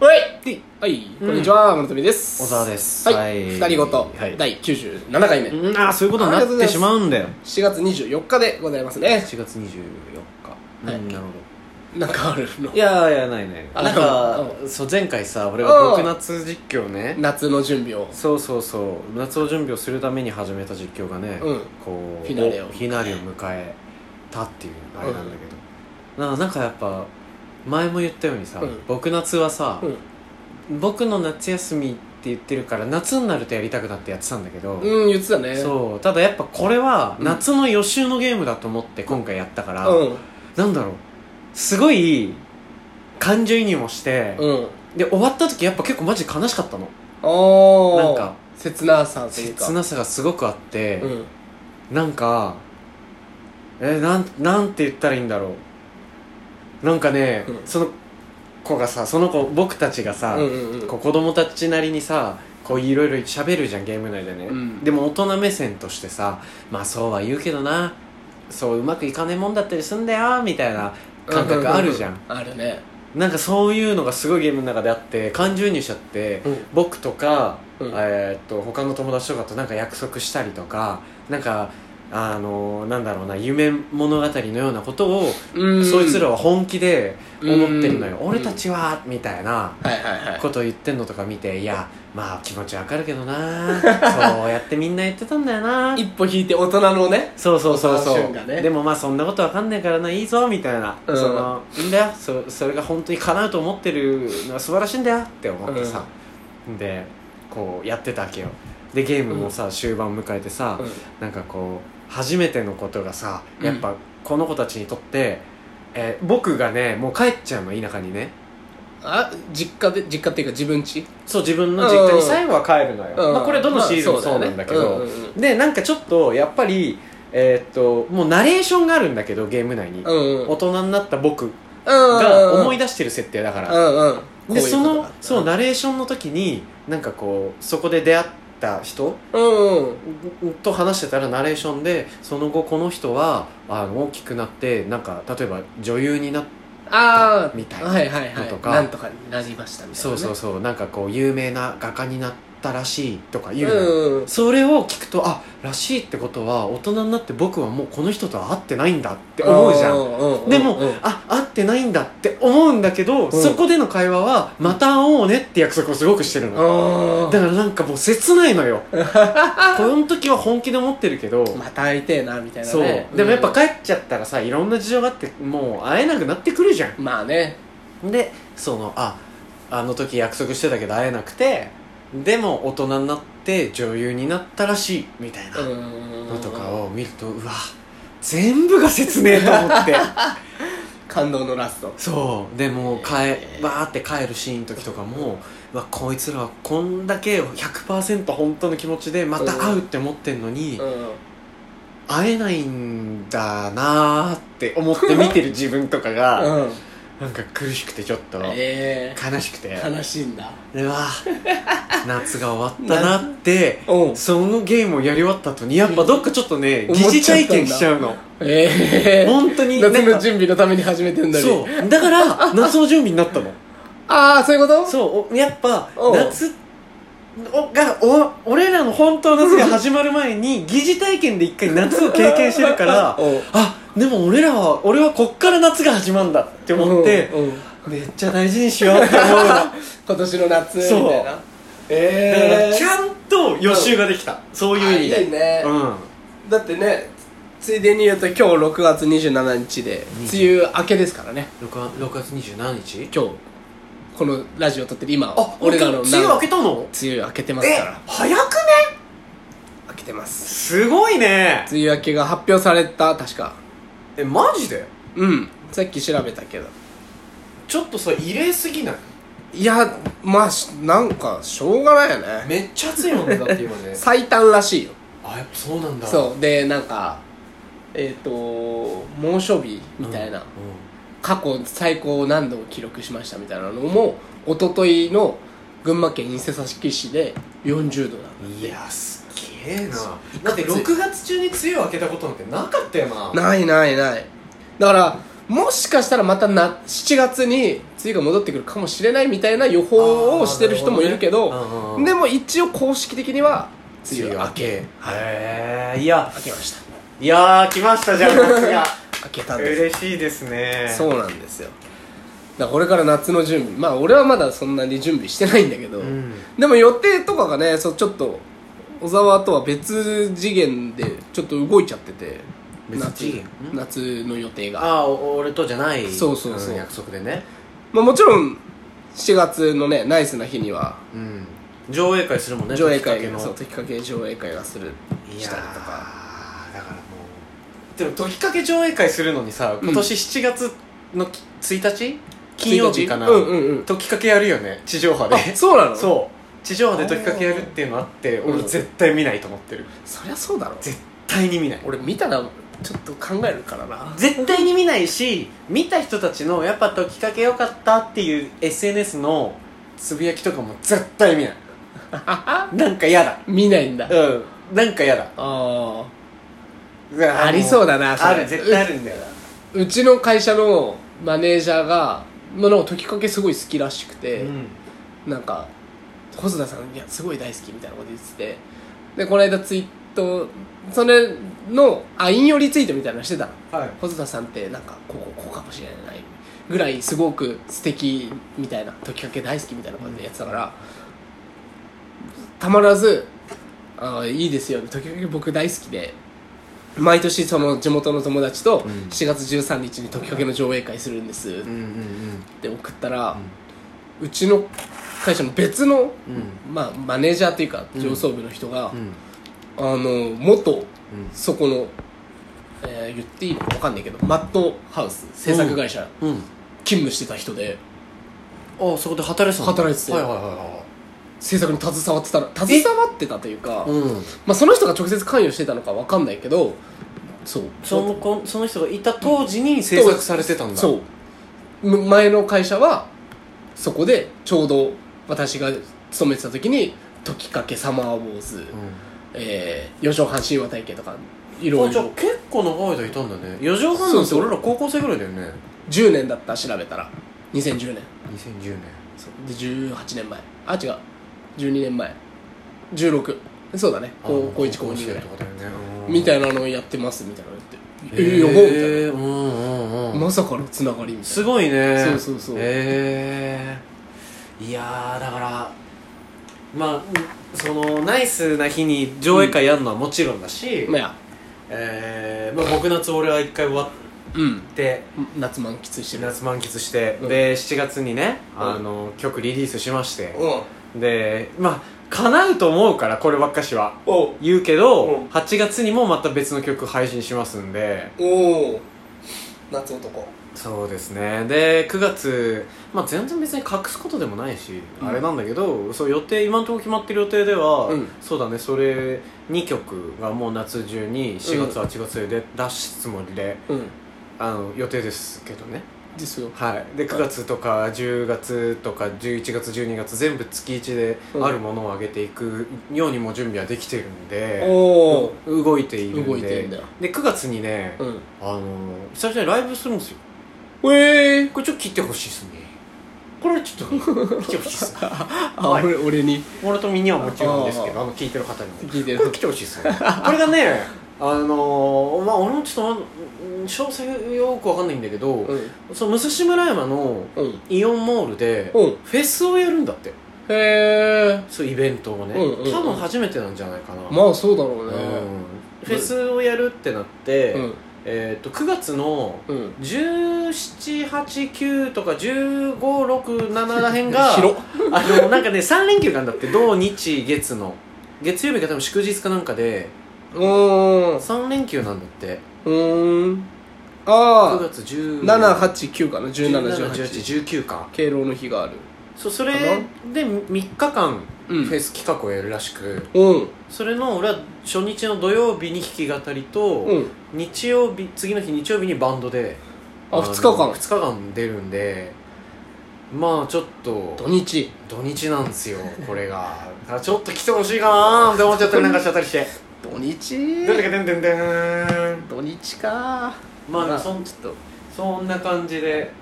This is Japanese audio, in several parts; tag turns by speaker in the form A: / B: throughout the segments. A: はい、はい、こんにちは、諸富です。
B: 小沢です
A: は、
B: はいい
A: 二人ごと
B: はい
A: 第97回目、4
B: うんああそういうことになってしまうんだよ
A: 月24日でございますね。
B: 4月24日
A: はい
B: うんなるほ
A: なんかあるの
B: どいやいやないない
A: あ
B: なんか
A: う
B: そう前回さ俺
A: うん
B: が僕夏実況ね
A: 夏の準備を。
B: そうそうそう夏を準備をするために始めた実況がね
A: うん
B: こう
A: フィナーレを
B: フィナーレを迎えたっていうあれなんだけどななんかやっぱ前も言ったようにさ
A: うん
B: 僕夏はさ
A: うん。
B: 僕の夏休みって言ってるから夏になるとやりたくなってやってたんだけど
A: うん、言ってたね。
B: そうただやっぱこれは
A: うん
B: 夏の予習のゲームだと思って今回やったから、
A: うん。
B: なんだろうすごい感情移入もして、
A: うん。
B: で終わった時やっぱ結構マジで悲しかったの
A: おー。
B: なんか、
A: 切なさというか。
B: 切なさがすごくあって、
A: うん。
B: なんかえなんなんて言ったらいいんだろうなんかね、
A: うん
B: その子がさその子僕たちがさ、
A: うんうんうん。
B: こう子供たちなりにさこういろいろ喋るじゃんゲーム内でね、
A: うん
B: でも大人目線としてさまあそうは言うけどなそううまくいかねえもんだったりすんだよみたいな感覚あるじゃん、
A: うううあるね。
B: なんかそういうのがすごいゲームの中であって感情移入しちゃって、
A: うん
B: 僕とか、
A: うん
B: えーっと他の友達とかとなんか約束したりとかなんかあのなんだろうな夢物語のようなことを、
A: うん
B: そいつらは本気で思ってるのよ、
A: うん
B: 俺たちは、みたいな
A: はいはいはい。
B: ことを言ってんのとか見ていやまあ気持ちわかるけ どなそうやってみんな言ってたんだよな
A: 一歩引いて大人のね。
B: そうそうそう
A: そ
B: そう
A: の瞬間
B: う、
A: ね
B: でもまあそんなことわかんないからないいぞみたいな、
A: うん
B: そのいいんだよそそれが本当に叶うと思ってるのは素晴らしいんだよって思ってさ、でこうやってたわけよでゲームもさ、終盤迎えてさ、
A: うん
B: なんかこう初めてのことがさ
A: うん
B: やっぱこの子たちにとって、えー僕がねもう帰っちゃうの田舎にね
A: あ、実家で、実家っていうか自分家
B: そう自分の実家に最後は帰るのよ、
A: うん
B: まあ、これどのシーズン
A: ま
B: も
A: あ
B: そう
A: だ
B: な
A: よ
B: ん
A: ね
B: だけど、
A: うんうんうん
B: でなんかちょっとやっぱりえーっともうナレーションがあるんだけどゲーム内に、
A: うんうん
B: 大人になった僕
A: が
B: が思い
A: 出
B: 出してる設定だから、
A: うんうん
B: でそのそうのナレーションの時になんかこうそこで出会った人
A: うんうん
B: と話してたらナレーションでその後この人はあの大きくなってなんか例えば女優になっ
A: ああ
B: みたいな
A: はいはいはい
B: のとか
A: なんとかなりましたみたいなね
B: そうそうそうなんかこう有名な画家になったらしいとか言うのよ、
A: うんうん
B: それを聞くとあらしいってことは大人になって僕はもうこの人とは会ってないんだって思うじゃん
A: ん
B: でも、
A: うんうん
B: あ会ってないんだって思うんだけど、
A: ん
B: そこでの会話はまた会おうねって約束をすごくしてるの、
A: あ
B: だ
A: ー
B: からなんかもう切ない のよこの時は本気で思ってるけど、
A: また会いてえなみたいな
B: そう
A: ね
B: でもやっぱ
A: うん
B: 帰っちゃったらさいろんな事情があってもう会えなくなってくるじゃん
A: まあね
B: でそのああの時約束してたけど会えなくてでも大人になって女優になったらしいみたいな、の
A: の
B: とかを見るとうわ全部が切ねえと思って
A: 感動のラスト
B: そうでもう帰
A: えー
B: バーって帰るシーンの時とかもうわこいつらはこんだけ100%本当の気持ちでまた会うって思ってんのに、
A: うん
B: 会えないんだなーって思って見てる自分とかが、
A: うん
B: なんか苦しくてちょっと
A: え
B: 悲しくて
A: え悲しいんだ
B: うわ夏が終わったなって
A: うん
B: そのゲームをやり終わった後にやっぱどっかちょっとね
A: うん
B: 疑似体験しちゃうの
A: ええ
B: 本当に
A: 夏
B: なん
A: の
B: か
A: 準備のために始めてんだり
B: そうだから夏の準備になったの
A: ああそういうこと
B: そうおやっぱ
A: おう
B: 夏おがお俺らの本当の夏が始まる前に疑似体験で一回夏を経験してるから
A: おう
B: あでも俺らは俺はこっから夏が始まるんだって思って
A: うんうん
B: めっちゃ大事にしようって思うのだ か
A: 今年の夏み
B: そう
A: たいなえ
B: らちゃんと予習ができたそういう意味
A: あい
B: で
A: いね
B: うん
A: だってねついでに言うと今日6月27日で梅雨明けですからね
B: 6月27日
A: 今日このラジオ撮ってる今
B: あ俺
A: 俺
B: ら
A: ら
B: の
A: の
B: 梅雨明けたの
A: 梅雨明けてます
B: え
A: から
B: 早くね
A: 明けてます
B: すごいね
A: 梅雨明けが発表された確か
B: えマジで
A: うんさっき調べたけど
B: ちょっとさ異例すぎない
A: いやまあしなんかしょうがないよね
B: めっちゃ暑いもんねだって今ね
A: 最短らしいよ
B: あやっぱそうなんだ
A: そうでなんかえっ、と猛暑日みたいな、過去最高何度を記録しましたみたいなのも一昨日の群馬県伊勢崎市で40度なんだ
B: いやすげえなだって6月中に梅雨明けたことなんてなかったよな
A: ないないないだからもしかしたらまたな7月に梅雨が戻ってくるかもしれないみたいな予報をしてる人もいるけど
B: あーなるほどねうんうん
A: でも一応公式的には梅雨明け
B: へえいや
A: 明けました
B: いやー来ま したじゃ ん僕が
A: 明けたんです
B: 嬉しいですね
A: そうなんですよだからこれから夏の準備まあ俺はまだそんなに準備してないんだけど、
B: ん
A: でも予定とかがねそうちょっと小沢とは別次元でちょっと動いちゃってて
B: 別次元ん
A: 夏夏の予定が
B: ああお俺とじゃない
A: そうそうそうん
B: 約束でね
A: まあ、もちろん7月のねナイスな日には
B: うん上映会するもんね
A: 上映会
B: 時々
A: が
B: の
A: そう時かけ上映会がする
B: い
A: し
B: や
A: たり
B: ー
A: とか
B: だからもうでも時かけ上映会するのにさ今年7月のき1日金曜日かな、
A: うんうんうん
B: 時かけやるよね地上波で
A: あそうなの
B: そう地上波で時かけやるっていうのあって
A: ー
B: 俺絶対見ないと思ってる
A: そりゃそうだろ
B: 絶対に見ない
A: 俺見たらちょっと考えるからな
B: 絶対に見ないし見た人たちのやっぱ時かけよかったっていう SNS のつぶやきとかも絶対見ないなんか嫌だ
A: 見ないんだあ
B: うんなんか嫌だ
A: あ
B: あ
A: ありそうだなそれ
B: ある絶対あるんだよな
A: うちの会社のマネージャーが、まあ、なんか時かけすごい好きらしくて、
B: うん
A: なんか細田さんいやすごい大好きみたいなこと言っててでこの間ツイートそれのあ引用リツイートみたいなのしてたの
B: はい
A: 細田さんってなんかこうこうこうかもしれないぐらいすごく素敵みたいな時かけ大好きみたいなことでやってたから、たまらず「あーいいですよね時かけ僕大好きで」毎年その地元の友達と
B: うん
A: 7月13日に時かけの上映会するんです
B: うんうん
A: って送ったら、うちの会社の別の、
B: うんうん
A: まあ、マネージャーというか
B: うん
A: 上層部の人が、
B: うん
A: あの元
B: うん
A: そこの、えー言っていいのかわかんないけどマットハウス制作会社
B: うん
A: 勤務してた人で
B: あそこで働いてたの
A: 働いてたよ
B: はいはいは
A: 制作に携わってたら携わってたというか
B: い、はいうん
A: まあ、その人が直接関与してたのかわかんないけどそう
B: そのこその人がいた当時に制作されてたんだ
A: そうむ前の会社はそこでちょうど私が勤めてた時に「時かけサマーウォーズ」えー、四畳半神話体系とかい
B: うん
A: ろ
B: あ
A: い
B: じゃあ
A: ろ
B: 結構長い間いたんだね四畳半
A: そ
B: なん
A: う
B: て
A: そう
B: 俺ら高校生ぐらいだよね
A: 10年だった調べたら2010年
B: 2010年
A: そうで18年前あ違う12年前16そうだね高高1高2ぐらい
B: 高校生とかだよねうん
A: みたいなのをやってますみたいなの言ってええ
B: へ
A: やばみたい
B: えうんうんう
A: なんまさかのつながりみたい
B: すごいね
A: そうそうそう
B: へえいやーだからまあそのナイスな日に上映会やるのはもちろんだし、
A: なまあや
B: えーまあ、僕夏俺は一回終わっ
A: うん
B: て
A: 夏満喫してる
B: 夏満喫して、
A: うん
B: で7月にね、
A: うん
B: あの曲リリースしまして、
A: うん
B: でまあ叶うと思うからこればっかしは
A: お
B: 言うけど、
A: うん
B: 8月にもまた別の曲配信しますんで
A: お夏男
B: そうですねで9月、まあ、全然別に隠すことでもないし、
A: うん
B: あれなんだけどそう予定今のところ決まってる予定では、
A: うん
B: そうだねそれ2曲がもう夏中に4月8月で出すつもりで、
A: うん
B: あの予定ですけどね
A: ですよ
B: はいで9月とか10月とか11月12月全部月1で
A: うん
B: あるものを上げていくようにも準備はできてるん
A: お
B: で、
A: お
B: 動いているんで
A: 動いてるんだよ
B: で9月にね、
A: うん
B: あの久々にライブするんですよ
A: ええ
B: これちょっと切ってほしいですねこれちょっ と切ってほしいですね
A: あ
B: はい
A: 俺俺に
B: 俺と身にはもちろん ですけどあの聞いてる方にも
A: 聞いてる
B: これ切ってほしいですねこれ がねあのまあ俺もちょっとま詳細よくわかんないんだけど、
A: うん
B: その武蔵村山の
A: うん
B: イオンモールで
A: うん
B: フェスをやるんだって
A: へえ
B: そういうイベントをね、
A: うんうんうん
B: 多分初めてなんじゃないかな、
A: まあそうだろう
B: う
A: ね、
B: んフェスをやるってなって、
A: うん
B: えー、と9月の
A: うん
B: 1789とか1567らへん が
A: 広っ
B: あのなんかね3連休なんだって土日月の月曜日が多分祝日かなんかで
A: うーんう
B: 3連休なんだって
A: ーん
B: 9
A: ああ
B: 月10
A: 789かな1718
B: 171819か
A: 敬老の日がある
B: そうそれで3日間
A: う
B: フ
A: ん
B: ェス企画をやるらしく、
A: うん
B: それの俺は初日の土曜日に弾き語りと、
A: うん
B: 日曜日次の日日曜日にバンドで
A: あ二日間
B: 2日間出るんでまあちょっと
A: 土日
B: 土日なんですよこれが あちょっと来てほしいかなーって思っちゃったりなんかしちゃったりして
A: 土
B: どれ
A: 日
B: かでんでんでん
A: 土日か
B: まあそん
A: ちょっと
B: そんな感じで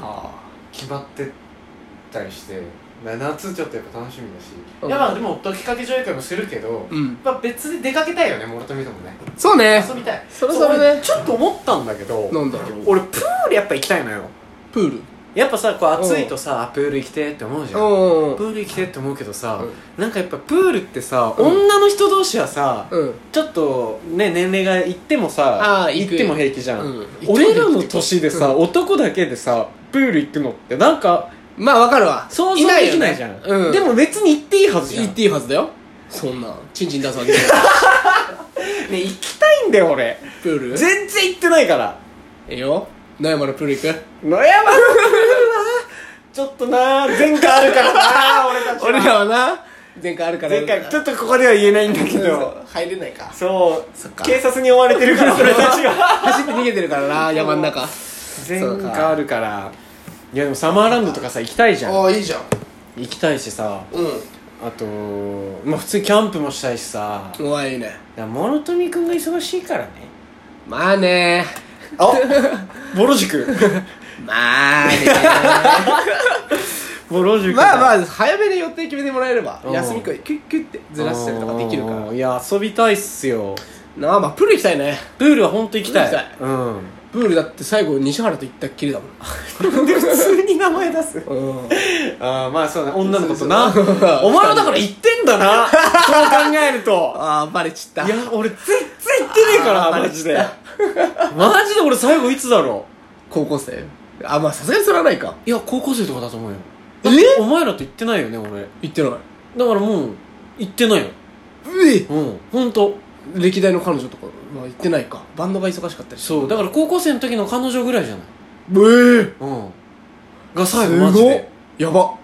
A: は
B: 決まってったりしてな夏ちょっとやっぱ楽しみだし、
A: うん
B: いやまあでも時かけ上映会もするけど、
A: うん
B: まあ、別に出かけたいよね諸富ともね
A: そうね
B: 遊びたい
A: それそれね
B: う俺ちょっと思ったんだけど
A: なんだろう
B: 俺プールやっぱ行きたいのよ
A: プール
B: やっぱさこう暑いとさプール行きてって思うじゃん
A: うん
B: プール行きてって思うけどさ、
A: うん
B: なんかやっぱプールってさ、
A: うん
B: 女の人同士はさ、
A: うん
B: ちょっとね年齢がいってもさ
A: あー行
B: 行
A: く
B: っても平気じゃん、
A: うん
B: 俺らの年でさ、男だけでさプール行くのってなんか
A: まあわかるわ
B: 想像できないじゃ
A: い
B: ん
A: ないよねうん
B: でも別に行っていいはずじゃん
A: 言っていいはずだよそんなチンチン出すわけじゃない
B: ね行きたいんだよ俺
A: プール
B: 全然行ってないから
A: ええよ野山のプール行く
B: 野山のプールはちょっとな前科あるからな俺たちは
A: 俺らはな前回あるから
B: 前回ちょっとここでは言えないんだけど
A: そう入れないか
B: そう
A: そっか
B: 警察に追われてる から俺たちが
A: 走って逃げてるから な山の中
B: 前科あるからいやでもサマーランドとかさ行きたいじゃん
A: あいいじゃん
B: 行きたいしさ
A: う
B: あとまあ普通にキャンプもしたいしさだか
A: んうわいいね
B: ら諸富君が忙しいからね
A: まあね
B: あボロ 塾
A: まあね
B: ボロ塾
A: まあま
B: あ
A: あ早めで予定決めてもらえれば
B: うん
A: 休みくらいキュッキュッてずらしたりとかできるから
B: いや遊びたいっすよ
A: なあまあプール行きたいね
B: プールは本当行きたい
A: プール行き
B: うん
A: プールだって最後西原と行ったっきりだもん
B: 普通に名前出す
A: うん
B: ああまあそうね女の子とな
A: そうそうそう
B: お前はだから言ってんだ なそう考えると
A: ああバレちった
B: いや俺全然言ってねえから
A: あー
B: マジでマジで俺最後いつだろ
A: 高校生あまあさすがにそれはないか
B: ういや高校生とかだと思うよ
A: え
B: お前らと言ってないよね俺
A: 行ってない
B: だからもう行ってないよ
A: うえ
B: うん本当
A: 歴代の彼女とかは行ってないかバンドが忙しかったり
B: そうだから高校生の時の彼女ぐらいじゃない
A: ええ
B: うんが最後
A: す
B: マジ
A: ごっ
B: で
A: やば